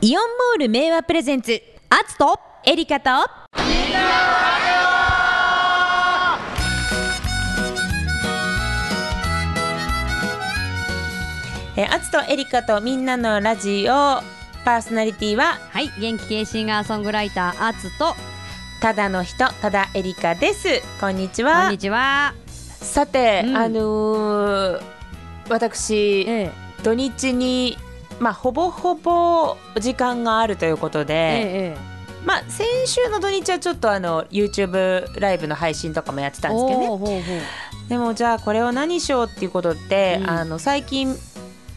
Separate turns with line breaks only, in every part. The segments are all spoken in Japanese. イオンモール名和プレゼンツアツとエリカと
えー、アツとエリカとみんなのラジオパーソナリティは
はい元気系シンガーソングライターアツと
ただの人ただエリカですこんにちは
こんにちは、
さて、
うん
あのー私、
え
土日にまあほぼほぼ時間があるということで、
え
まあ先週の土日はちょっとあの YouTube ライブの配信とかもやってたんですけどね
おーほうほう
でもじゃあこれを何しようっていうことで、
うん
あの最近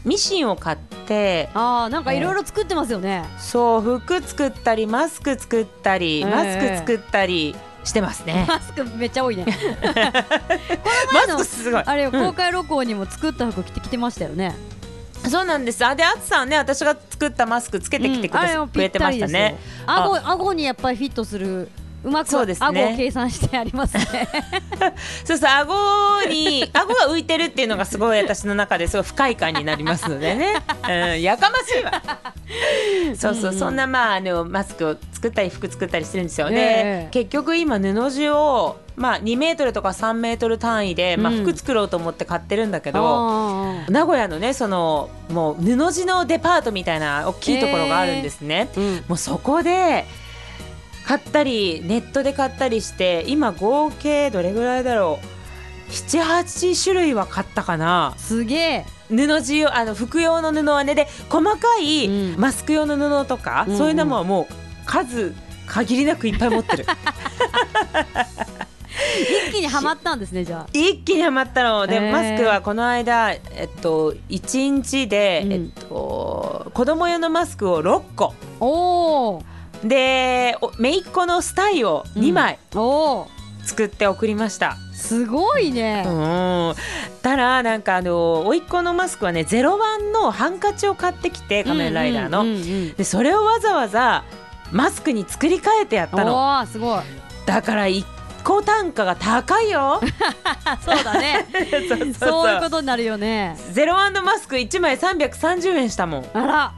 ミシンを買って
ああなんかいろいろ作ってますよね、
そう服作ったりマスク作ったり、
ええ
マスク作ったりしてますね。
マスク めっちゃ多いね
マ
前の
スクすごい。
あれよ
うん
公開録音にも作った服着てきてましたよね、
そうなんです。あであつさんね私が作ったマスクつけてきてくだ
あ
さ
れ
っ
も
てく
ぴ
れ
ってた
ま
り
し
で
た
す
ね
ね。顎顎にやっぱりフィットするうまく
そう
顎を
ですね
計算してありますね
そうそう顎に 顎が浮いてるっていうのがすごい私の中ですごい不快感になりますのでね。うんやかましいわ。そうそう、
うんうん
そんなまああのマスクを作ったり服作ったりしてるんですよね。
ええ
結局今布地をまあ2メートルとか3メートル単位で、まあ
うん
服作ろうと思って買ってるんだけど。
あ
名古屋のねそのもう布地のデパートみたいな大きいところがあるんですね、
ーうん
もうそこで買ったりネットで買ったりして今合計どれぐらいだろう78種類は買ったかな
すげえ
布地用あの服用の布はねで細かい
うん
マスク用の布とか、
うんうん
そういうのももう数限りなくいっぱい持っ てる
一気にはまったんですねじゃあ
一気にはまったので、
へー
マスクはこの間、えっと、1日で、
うん
えっと、子供用のマスクを6個
おー
でお姪っ子のスタイを2枚
おー
作って送りました、
すごいね、
うん、たらなんかあの甥っ子のマスクはねゼロワンのハンカチを買ってきて仮面ライダーの、
うんうんうん
でそれをわざわざマスクに作り変えてやったの
おおすごい
だから1個単価が高いよ
あそうだね
そうそうそう
そういうことになるよね
ゼロワンのマスク1枚330円したもん
あら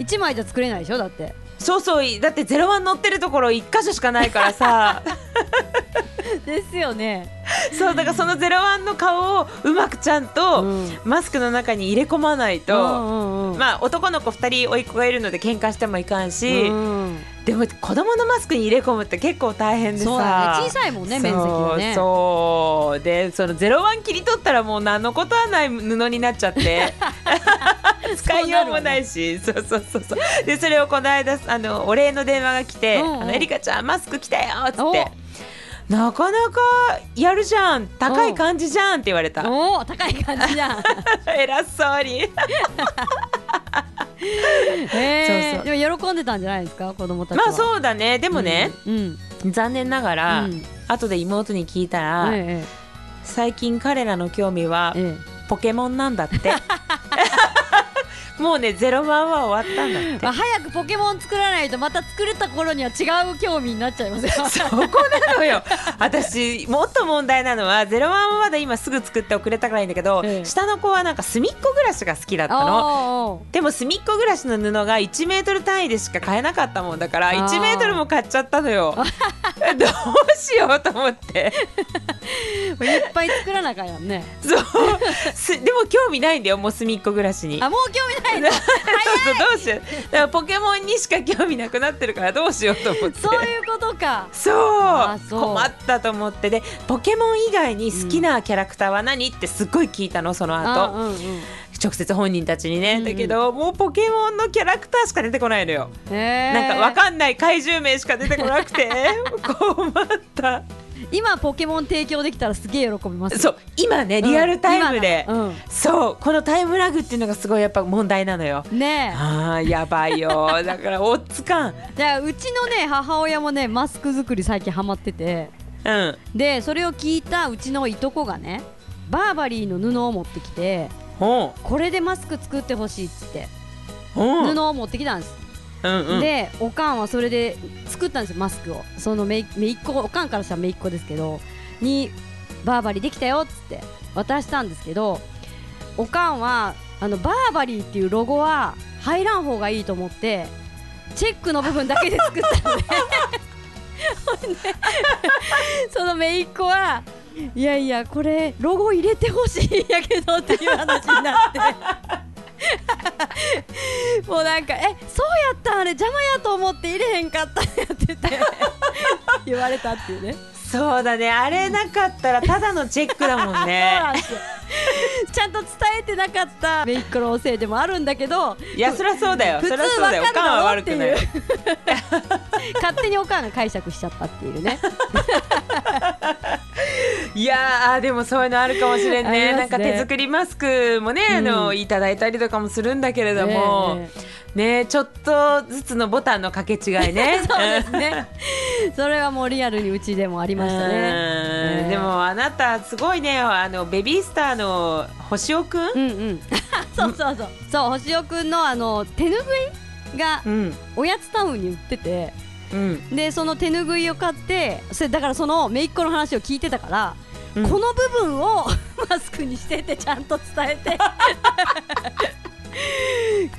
一枚じゃ作れないでしょだって
そうそうだってゼロワン乗ってるところ1箇所しかないからさ
ですよね、
そうだからそのゼロワンの顔をうまくちゃんと、
うん
マスクの中に入れ込まないと、
うんうんうん
まあ男の子2人甥っ子がいるので喧嘩してもいかんし、
うん
でも子供のマスクに入れ込むって結構大変でさ
そうだね小さいもんね面積がね
そうそうでそのゼロワン切り取ったらもう何のことはない布になっちゃって 使いようもないしそう,、そうそうそうでそれをこの間あのお礼の電話が来て
う
「
んうん
あのエリカちゃんマスク来たよ」っつっ
お
て。なかなかやるじゃん高い感じじゃんって言われた
おお高い感じじゃん
偉そ うに
へ
そ
え
う
でも喜んでたんじゃないですか子供たちは
まあ
う
そうだねでもね、
んうん
残念ながら、後で妹に聞いたら、
うんええ
最近彼らの興味は
え
ポケモンなんだって もうねゼロワンは終わったんだっ
え
て
まあ早くポケモン作らないとまた作れた頃には違う興味になっちゃいますよ
そこなのよ私もっと問題なのはゼロワンはまだ今すぐ作って遅れたからいいんだけど、
ええ
下の子はなんか隅っこ暮らしが好きだったの
おーおー
でも隅っこ暮らしの布が1メートル単位でしか買えなかったもんだから
あー
1メートルも買っちゃったのよ どうしようと思って
いっぱい作らなあかんやんね
そうすでも興味ないんだよもう隅っこ暮らしに
あもう興味ないの
そうそうどうしようだからポケモンにしか興味なくなってるからどうしようと思って
そういうことか
そう
あそう
困ったと思ってでポケモン以外に好きなキャラクターは何、ってすっごい聞いたのその後
うんうんうん
直接本人たちにね、
うんうん
だけどもうポケモンのキャラクターしか出てこないのよ、
へー
なんかわかんない怪獣名しか出てこな くて困った
今ポケモン提供できたらすげえ喜びます
そう今ね
うん
リアルタイムで、
今なら
そうこのタイムラグっていうのがすごいやっぱ問題なのよ
うんね
あーやばいよだからおっつかん
えじゃあうちのね母親もねマスク作り最近ハマってて
うん
でそれを聞いたうちのいとこがねバーバリーの布を持ってきて
ほう
これでマスク作ってほしいっつって
ほう
布を持ってきたんです、
うんうん
でおかんはそれで作ったんですよマスクをそのめいめいっ子おかんからしたらめいっ子ですけどにバーバリーできたよっつって渡したんですけどおかんはあのバーバリーっていうロゴは入らん方がいいと思ってチェックの部分だけで作ったのでほんでそのめいっ子はいやいやこれロゴ入れてほしいんやけどっていう話になってもうなんか「えそうやったんあれ邪魔やと思って入れへんかった」やってて言われたっていうね
そうだねあれなかったらただのチェックだもんね
ちゃんと伝えてなかっためいっ子のせいでもあるんだけど
いやそりゃそうだよ
普
そ
通
りゃそうだよお
わか
かんは
る
悪
だ
く
ろ
な
う
い
っていう勝手におかんが解釈しちゃったっていうね
いやーでもそういうのあるかもしれん
あ
ね
りますね
なんか手作りマスクもね、あの
うん
いただいたりとかもするんだけれども、
ね
ねちょっとずつのボタンの掛け違い ね
そうですねそれはもうリアルにうちでもありました
う
ね
ーん
ね
でもあなたすごいねあのベビースターの星尾くん、
うんうん そうそうそうそう星尾くんのあの手ぬぐいが
うん
おやつタウンに売ってて
うん
でその手ぬぐいを買ってそれだからそのめいっ子の話を聞いてたから、
うん
この部分を マスクにしてってちゃんと伝えて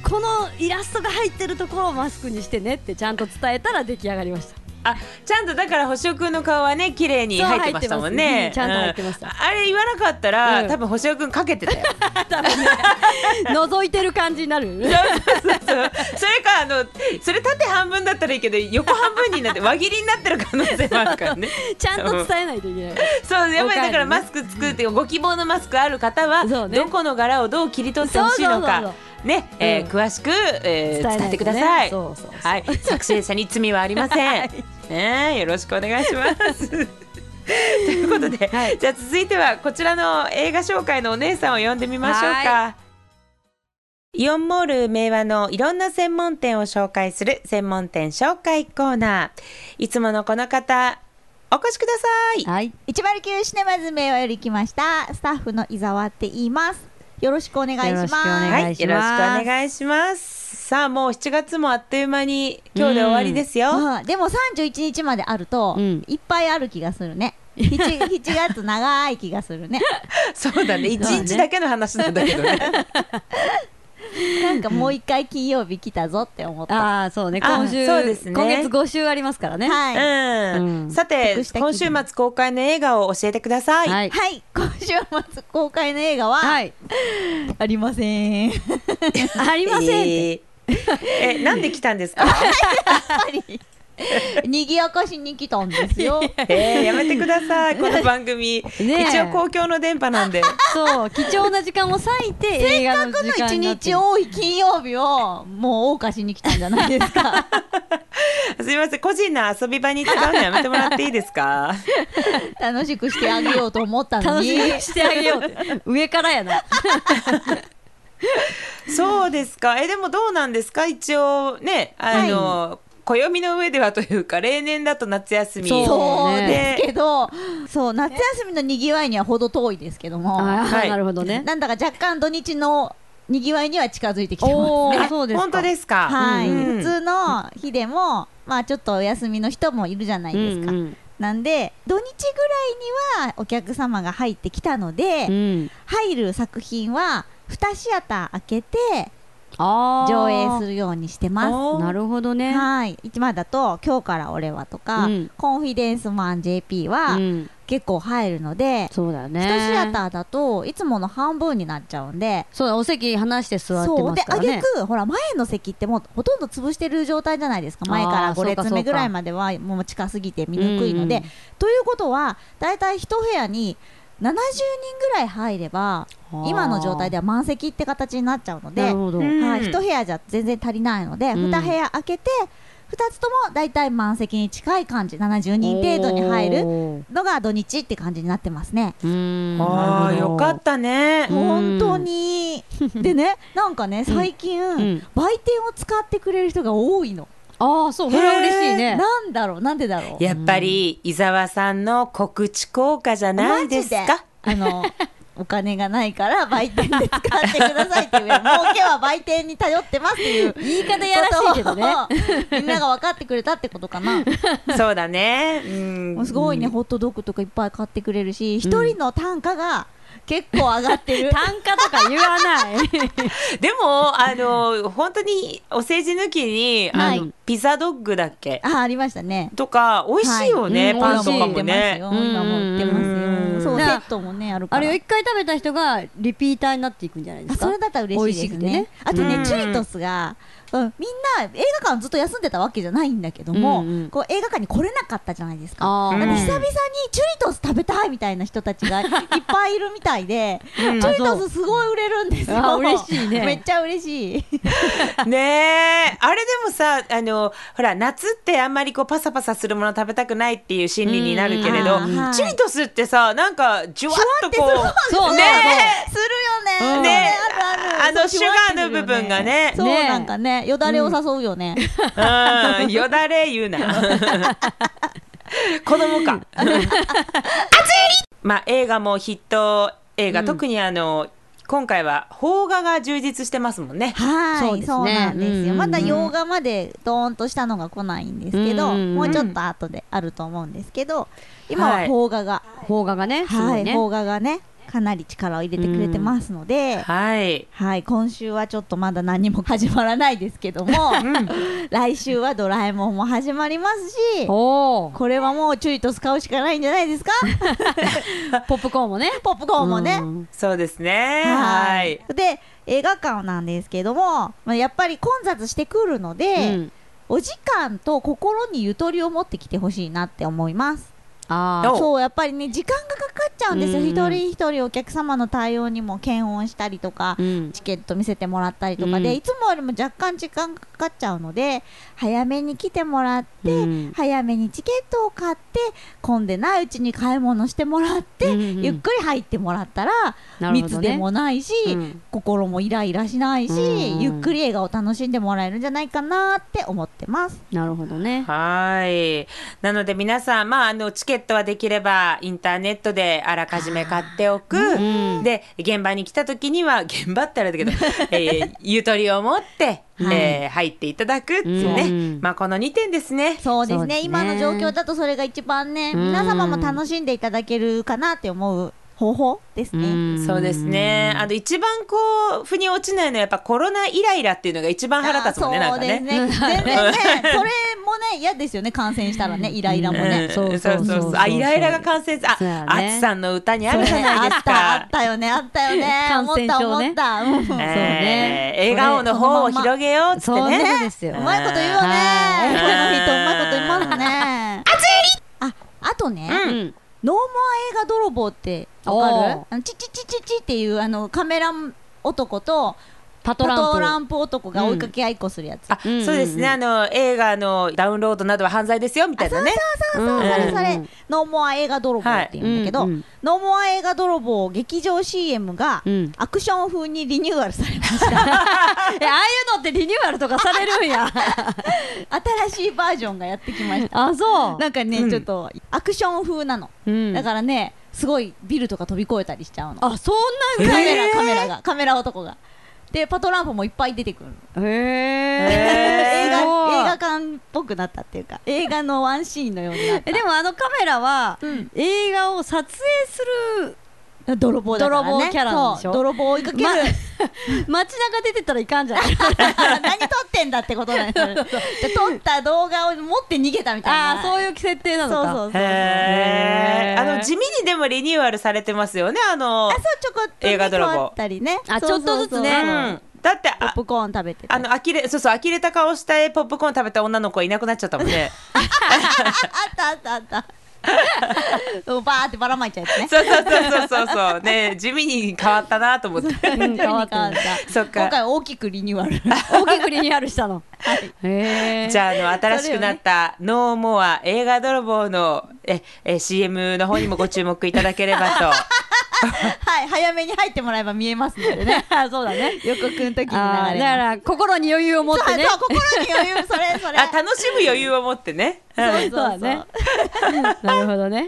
このイラストが入ってるところをマスクにしてねってちゃんと伝えたら出来上がりました
あちゃんとだから星尾くんの顔はね綺麗に入ってましたもんね
そう入ってますうんちゃんと入ってまし
あれ言わなかったら、
うん
多分星尾くんかけてたよ
多分ね 覗いてる感じになるよね
それかあのそれ縦半分だったらいいけど横半分 になって輪切りになってる可能性もあるからね
ちゃんと伝えないといけない
そうやっぱりだから
お
マ
か
スク作ってご希望のマスクある方は、
そうね
どこの柄をどう切り取ってほしいの
そうそうそう
かね、えー
うん
詳しく、えー
伝えないとね
伝えてください。
そうそうそう
はい、作成者に罪はありません。
はい
ね、よろしくお願い します。ということで、
はい
じゃあ続いてはこちらの映画紹介のお姉さんを呼んでみましょう
は
か。イオンモール名和のいろんな専門店を紹介する専門店紹介コーナー。いつものこの方、お越しください。
はい
109シネマズ名和より来ましたスタッフの伊沢って言いますよろしくお願いし
よろ
ま
し
す
くお願いします
はい
はい、よろしくお願いします。さあ、もう7月もあっという間に、今日で終わりですよ。
うんでも31日まであると、
うん
いっぱいある気がするね 7, 7月長い気がするね
そうだね、一日だけの話なんだけどね。
なんかもう一回金曜日来たぞって思った
ああそうね
あ
今週
そうですね
今月5週ありますからね
はい、は
うん、
うん
さて
得した気
今
分
週末公開の映画を教えてください、
はい
い、今週末公開の映画は、
はい
あり ませんやっ
ありませんって、
えーえなんで来たんで すか、
ぱりにぎやかしに来たんですよ
えー、やめてくださいこの番組、
え
一応公共の電波なんで
そう貴重な時間を割いて映画の時間
一
になって
日
る
多い金曜日をもう謳歌しに来たんじゃないですか
すみません個人の遊び場に使うのやめてもらっていいで すか
楽しくしてあげようと思ったの
楽
に
しみにしてあげようって 上からやな
そうですかえでもどうなんですか一応ねあの、暦の上ではというか例年だと夏休み
そう
そう
ね
ですけど、そう夏休みのにぎわいにはほど遠いですけども、
あ
は
あ
い
なるほどね
なんだか若干土日のにぎわいには近づいてきてます。
おお
あ
そうですか
本当ですか
はい、
うん
普通の日でも、まあちょっとお休みの人もいるじゃないですか。
うんうん
なんで土日ぐらいにはお客様が入ってきたので、
うん
入る作品は2シアター開けて
ああ
上映するようにしてます。
おー
なるほどね
はい今だと「今日から俺は」とか、
うん
コンフィデンスマン JP」は
うん
結構入るので、
そうだ
一
ね
シアターだといつもの半分になっちゃうんで。
そうだお席離して座って
そう
ま
です
から
挙
ね
句ほら前の席ってもうほとんど潰してる状態じゃないですか前か
あー
ら
そう
5
か
列
そう
目
か
ぐらいまではもう近すぎて見にくいので、
うんうん
ということはだいたい一部屋に70人ぐらい入れば今の状態で
は
は満席って形になっちゃうの
な
で
るほど
うん
はい、一部屋じゃ全然足りないので、
うん
二部屋開けて二つともだいたい満席に近い感じ70人程度に入る
おー
のが土日って感じになってますね。
うーん
あ
な
あ
るほど
よかったね
うん
本当に でねなんかね最近、
ん
売店を使ってくれる人が多いの、
ああそうそれは嬉しいね
なんだろうなんでだろう
やっぱり伊沢さんの告知効果じゃないですか。
マジであのお金がないから売店で使ってくださいっていう儲けは売店に頼ってますっていう言い方
やらしいけどね
みんなが分かってくれたってことかな
そうだね。うん
もう。すごいね、ホットドッグとかいっぱい買ってくれるし一人の単価が結構上がってる。
単価とか言わない。
でもあの本当にお世辞抜きに、
はい
あのピザドッグだっけ
あ、ありましたね。
とか美味しいよね、
は
パ
う
ンと
ん
か
美
も
味し
ね
い。今も売ってますよ。今も売ってますよ。そう、セ
な
ットもね、あるか
あ
ら。
れを一回食べた人がリピーターになっていくんじゃないで
あ
すか。
それだったら嬉しいですね
美味し
あとね、
うん
チュリトスが、うん、みんな映画館ずっと休んでたわけじゃないんだけども、
うんうん
こう映画館に来れなかったじゃないですか
あー
だって
うん
久々にチュリトス食べたいみたいな人 たちがいっぱいいるみたいで、
うん
チュリトスすごい売れるんです
あ
よ
そうあ嬉しいね
めっちゃ嬉しい
ねえあれでもさあのほら夏ってあんまりこうパサパサするもの食べたくないっていう心理になるけれど、
うんうんうん
チュリトスってさなんかジュワッとこう
そう
ね
するよね、
うん
ね
ある
あ
ある
のシュガーの部分がね
そう
ね
なんかねよだれを誘うよね、
うんよだれ言うな子供か熱い まあ映画もヒット映画、
うん
特にあの今回は邦画が充実してますもんね
はい
そ
そうう,、
ですね
なんですよ、
うん
まだ洋画までドーンとしたのが来ないんですけど、
うん
もうちょっと後であると思うんですけど今は邦画が
邦画がね、すご
はいい
ね。
邦画がねかなり力を入れてくれてますので、
はい
はい今週はちょっとまだ何も始まらないですけども、 来週は「ドラえもん」も始まりますし
おお、
これはもうチュリトス買うしかないんじゃない ですか
ポップコーンもね。
ポップコーンもね。
うん
そうですねは
はいい、で映画館なんですけども、まあ、やっぱり混雑してくるので、
うん
お時間と心にゆとりを持ってきてほしいなって思います
あ
ど
あ、
お
そうやっぱりね時間がかかっちゃうんですよ、
うん
一人一人お客様の対応にも検温したりとか、
うん
チケット見せてもらったりとかで、
うん
いつもよりも若干時間がかかっちゃうので早めに来てもらって、
うん
早めにチケットを買って混んでないうちに買い物してもらって、
うんうん
ゆっくり入ってもらったら、
なるほど
密
ね
でもないし、
うん
心もイライラしないし、
うん
ゆっくり映画を楽しんでもらえるんじゃないかなって思ってます。
なるほどね。
はいなので皆さん、まあ、あのチケットはできればインターネットであらかじめ買っておく、
うん
で現場に来た時には現場ってあれだけど、えーゆとりを持って、えー入っていただくっていうね、
うん
まあ、この2点ですね。
そうですね
そうですね
今の状況だとそれが一番ね、
うん
皆様も楽しんでいただけるかなって思う方法ですね。
ん
そうですね。あの一番こう腑に落ちないのはやっぱコロナイライラっていうのが一番腹立つもんね
あー
なんかね。
そうですね。全然ね、 それもね、嫌ですよね、感染したらね、イライラもね。
ん
そうそうそうそう
あイライラが感染す
そう
あ
やね
あつさんの歌にあるじゃない
あ
です
った、あ
か
っ。たよね、あったよね。
感染症ね
思った、思った。う
ねそう
えー
ん
ね
笑顔の方を広げようっつっ
そ
て
う
ね。
なんですよ
う。まいこと言うよね。
はい
この人、うまいこと言いますね。熱いあ、あとね、
うん
うん
ノーモア映画泥棒ってわか
おー
るあのチチチチチっていうあのカメラ男と
パト
パ
ランプ。
トランプ男が追いかけ合いっこするやつ。
あ、
うん
そうですね。あの映画のダウンロードなどは犯罪ですよみたいなね。
そうそううんそれそ
うん
れ、ノーモア映画泥棒って言うんだけど、
はいうんうん
ノーモア映画泥棒劇場 CM が
うん
アクション風にリニューアルされました
え、ああいうのってリニューアルとかされるん や。
新しいバージョンがやってきました
あ、そう。
なんかね、
うん
ちょっとアクション風なの、
うん
だからねすごいビルとか飛び越えたりしちゃうのカ
あ、そん
メ
なんか
ラ、
ね。
カメラがカメラ男がでパトランプもいっぱい出てくるの
へえ。
映画
すごい
映画館っぽくなったっていうか映画のワンシーンのようになっ
えでもあのカメラは、
うん
映画を撮影する
た泥棒だからね
泥棒キャラなんでしょ
そう泥棒追いかける、
ま街中出てたらいかんじゃない
何撮ってんだってことなん ですよ。で撮った動画を持って逃げたみたい
あ
な。
あそう
いう
いう設定なの
そう
か
そうそう。
へ
へ
ー
ー
あの地味にでもリニューアルされてますよね。あの
あそうちょこっとね
映画泥棒
変わったりね。
あ
そうそうそう
ちょっとずつね
う
うん
んだって
ポ
あ
ップコーン食べてた
あ
り。
の呆れそうそう呆れた顔したポップコーン食べた女の子いなくなっちゃったもんね。
ああったあった あった。そうバーってばらまいちゃうやつね。
そうそうそうそうそうそうね地味に変わったなと思って。
うん変わったね
そっか
今回大きくリニュー アル。
大きくリニューアルしたの、へえ
じ
ゃ
ゃああの新しくなったノーモア映画泥棒のええ CM の方にもご注目いただければと。
はい早めに入ってもらえば見えますのでね。 そうだね。予告の時に流れ
あ
ま
ー
す。
だから心に余裕を持ってね
そうそう心に余裕それそれ。
あ楽しむ余裕を持ってね。うん
そう
そうだ ねなるほどね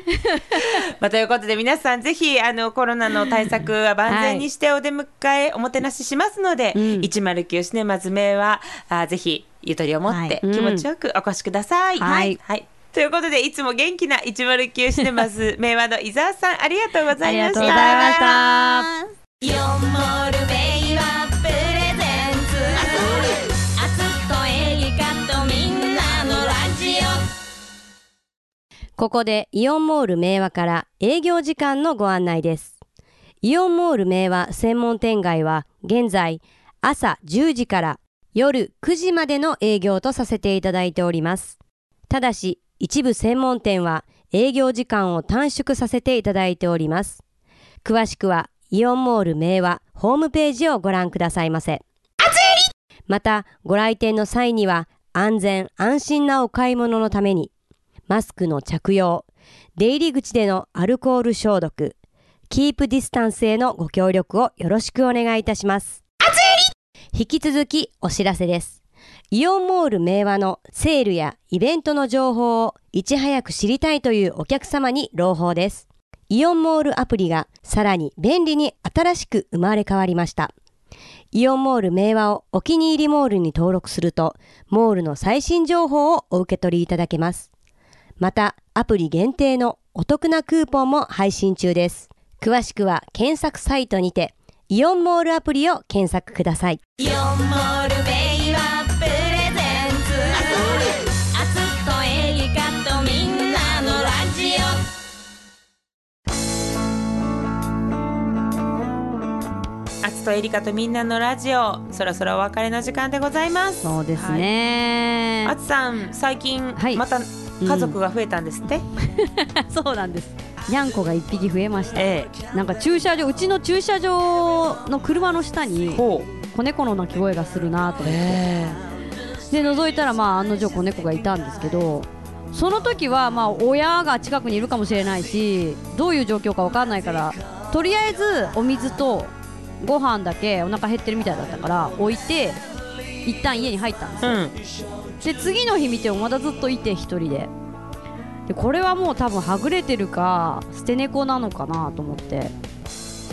まあ、ということで皆さんぜひあのコロナの対策は万全にしてお出迎え、おもてなししますので、
うん
109シネマズ名はあぜひゆとりを持って
は
気持ちよくお越しください。
はい
はいということでいつも元気な109シネマス名和の伊沢さんありがとうございま
ありが
した
とうございました
イオンモールベイはプレゼンツあつとエリカとみんなのラジオ
ここでイオンモール明和から営業時間のご案内です。イオンモール明和専門店街は現在朝10時から夜9時までの営業とさせていただいております。ただし一部専門店は営業時間を短縮させていただいております。詳しくはイオンモール明和ホームページをご覧くださいませ。またご来店の際には安全安心なお買い物のためにマスクの着用、出入り口でのアルコール消毒、キープディスタンスへのご協力をよろしくお願いいたします。引き続きお知らせです。イオンモール明和のセールやイベントの情報をいち早く知りたいというお客様に朗報です。イオンモールアプリがさらに便利に新しく生まれ変わりました。イオンモール明和をお気に入りモールに登録すると、モールの最新情報をお受け取りいただけます。またアプリ限定のお得なクーポンも配信中です。詳しくは検索サイトにてイオンモールアプリを検索ください。
イオンモールベイはプレゼンツあつとエリカとみんなのラジオ
あつとエリカとみんなのラジオそろそろお別れの時間でございます
そうですね
あつさん最近、
はい
また家族が増えたんですって、
そうなんです。にゃんこが一匹増えました。
え
なんか駐車場うちの駐車場の車の下に
えほ
子猫の鳴き声がするなと思って、で覗いたらまあ案の定子猫がいたんですけどその時はまあ親が近くにいるかもしれないしどういう状況かわかんないからとりあえずお水とご飯だけお腹減ってるみたいだったから置いて一旦家に入ったんです
う
よ、
うん
で次の日見てもまだずっといて1人ででこれはもう多分はぐれてるか捨て猫なのかなと思って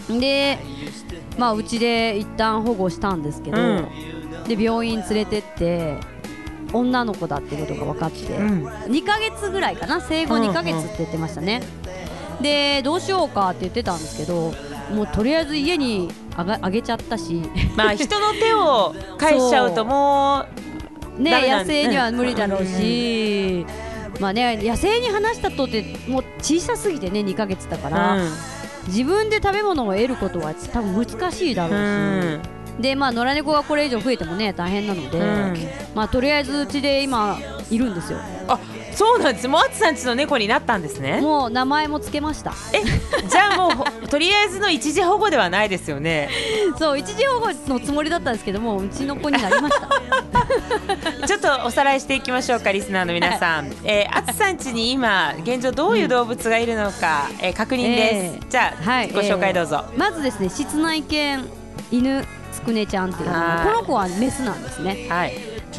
でまあうちで一旦保護したんですけど、
うん
で病院連れてって女の子だってことが分かって、
うん
2ヶ月ぐらいかな生後2ヶ月って言ってましたね、でどうしようかって言ってたんですけどもうとりあえず家にあがあげちゃったし
まあ人の手を返しちゃうともう
ね
ダメだ
野生には無理だろうし、まあね野生に話したとってもう小さすぎてね2ヶ月だから、
う
自分で食べ物を得ることは多分難しいだろ
んう
うし、
ん
でまあ野良猫がこれ以上増えてもね大変なので、
うん
まあとりあえずうちで今いるんですよ
あそうなんですもうあつさんちの猫になったんですね
もう名前もつけました
じゃあもうほとりあえずの一時保護ではないですよね
そう一時保護のつもりだったんですけどもうちの子になりました
ちょっとおさらいしていきましょうかリスナーの皆さ ん、えー、あつさんちに今現状どういう動物が いるのか、えー確認です、
ええ
じゃあ、
はい
ご紹介どうぞ、
まずですね室内犬犬つくねちゃんっていう
はい
この子はメスなんですね
はい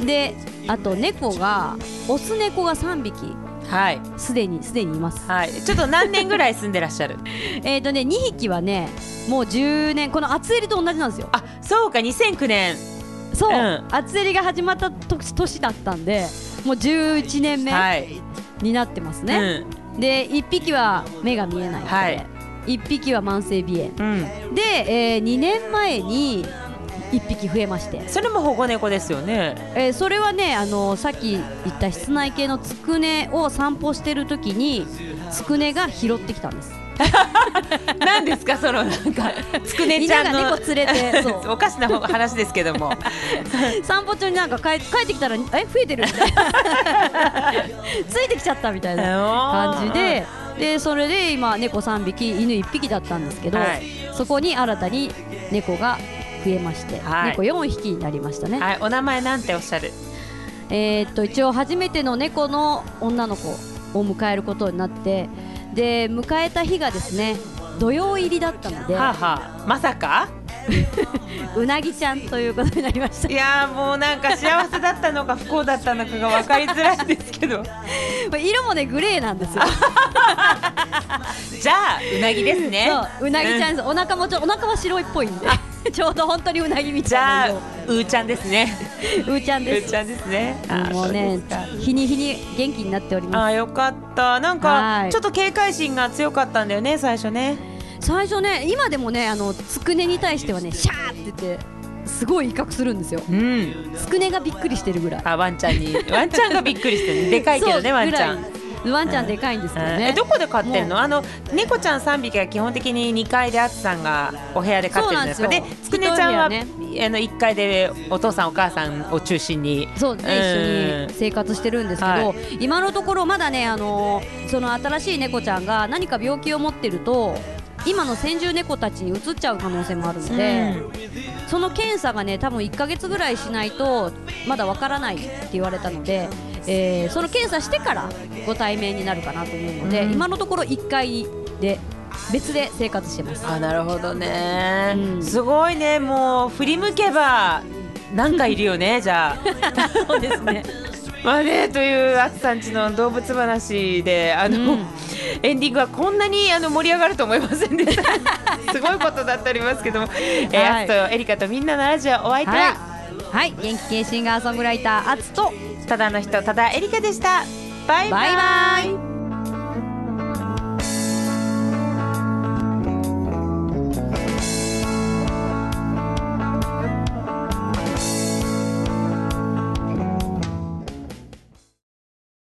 であと猫がオス猫が3匹
はい
すでにすでにいます
はいちょっと何年ぐらい住んでらっしゃ る
えっ、ー、とね2匹はねもう10年この厚襟と同じなんですよ
あそうか2009年
そう、
うん
厚襟が始まった年年だったんでもう11年目
はい
になってますね、で1匹は目が見えないので、
はい
1匹は慢性鼻炎
うん、うん、
で、え2年前に1匹増えまして、
それも保護猫ですよね
えーそれはね、あのさっき言った室内系のつくねを散歩してる時につくねが拾ってきたんです
何ですかそのなんかつくねちゃんの
犬が猫連れてそう
おかしな話ですけども
散歩中になんか帰帰ってきたらえ増えてるみたい なついてきちゃったみたいな感
感
じででそれで今猫3匹犬1匹だったんですけど、
はい
そこに新たに猫が増えまして、
はい
猫4匹になりましたね、
はい、お名前なんておっしゃる。
えーっと一応初めての猫の女の子を迎えることになってで迎えた日がですね土曜入りだったので
はあ、はあ、まさか。
うなぎちゃんということになりました
いやー、もうなんか幸せだったのか不幸だったのかが分かりづらいですけど。
これ色もねグレーなんですよ
じゃあ、うなぎですね。
そううなぎちゃんです、お 腹もちょお腹は白いっぽいんでちょうど本当にうなぎみ
じ
た
ゃ
い
あ
な色、
うーちゃんですね。
うーちゃん
ゆ
で
う
す
ちゃんですね。あー
もう
そ
ね
ですか
日に日に元気になっており
あ
ま
ーよかったなん
は
か
い
ちょっと警戒心が強かったんだよね最初ね
す最初ね今でもねあのつくねに対してはねシャーって言ってすごい威嚇するんですよ
うん
つくねがびっくりしてるぐらい
あワンちゃんにワンちゃんがびっくりしてるでかいけど
そう
ねワンちゃん、
ぐらいワンちゃんでかいんですけど
うん
ね、
えどこで飼ってるのあの猫ちゃん3匹が基本的に2階であつさんがお部屋で飼ってるんですか
そうな
で
んですよ
つくねちゃんは、
一人
あの1階でお父さんお母さんを中心に
そうですね、
うん
一緒に生活してるんですけど、
は
今のところまだねあのーその新しい猫ちゃんが何か病気を持ってると今の先住猫たちに移っちゃう可能性もあるので、その検査がね多分1ヶ月ぐらいしないとまだわからないって言われたので、えーその検査してからご対面になるかなと思うので、
うん
今のところ1回で別で生活してます。
あなるほどね、
うん
すごいねもう振り向けばなんかいるよねじゃあ
そうですね
まあねというあつさんちの動物話であの、
うん
エンディングはこんなにあの盛り上がると思いません でしたすごいことだっておりますけども、えー
はい
あつとエリカとみんなのラジオお相手は、
はい、はい、元気系シンガーソングライターアツと
ただの人ただエリカでしたバイバイ
バイバイ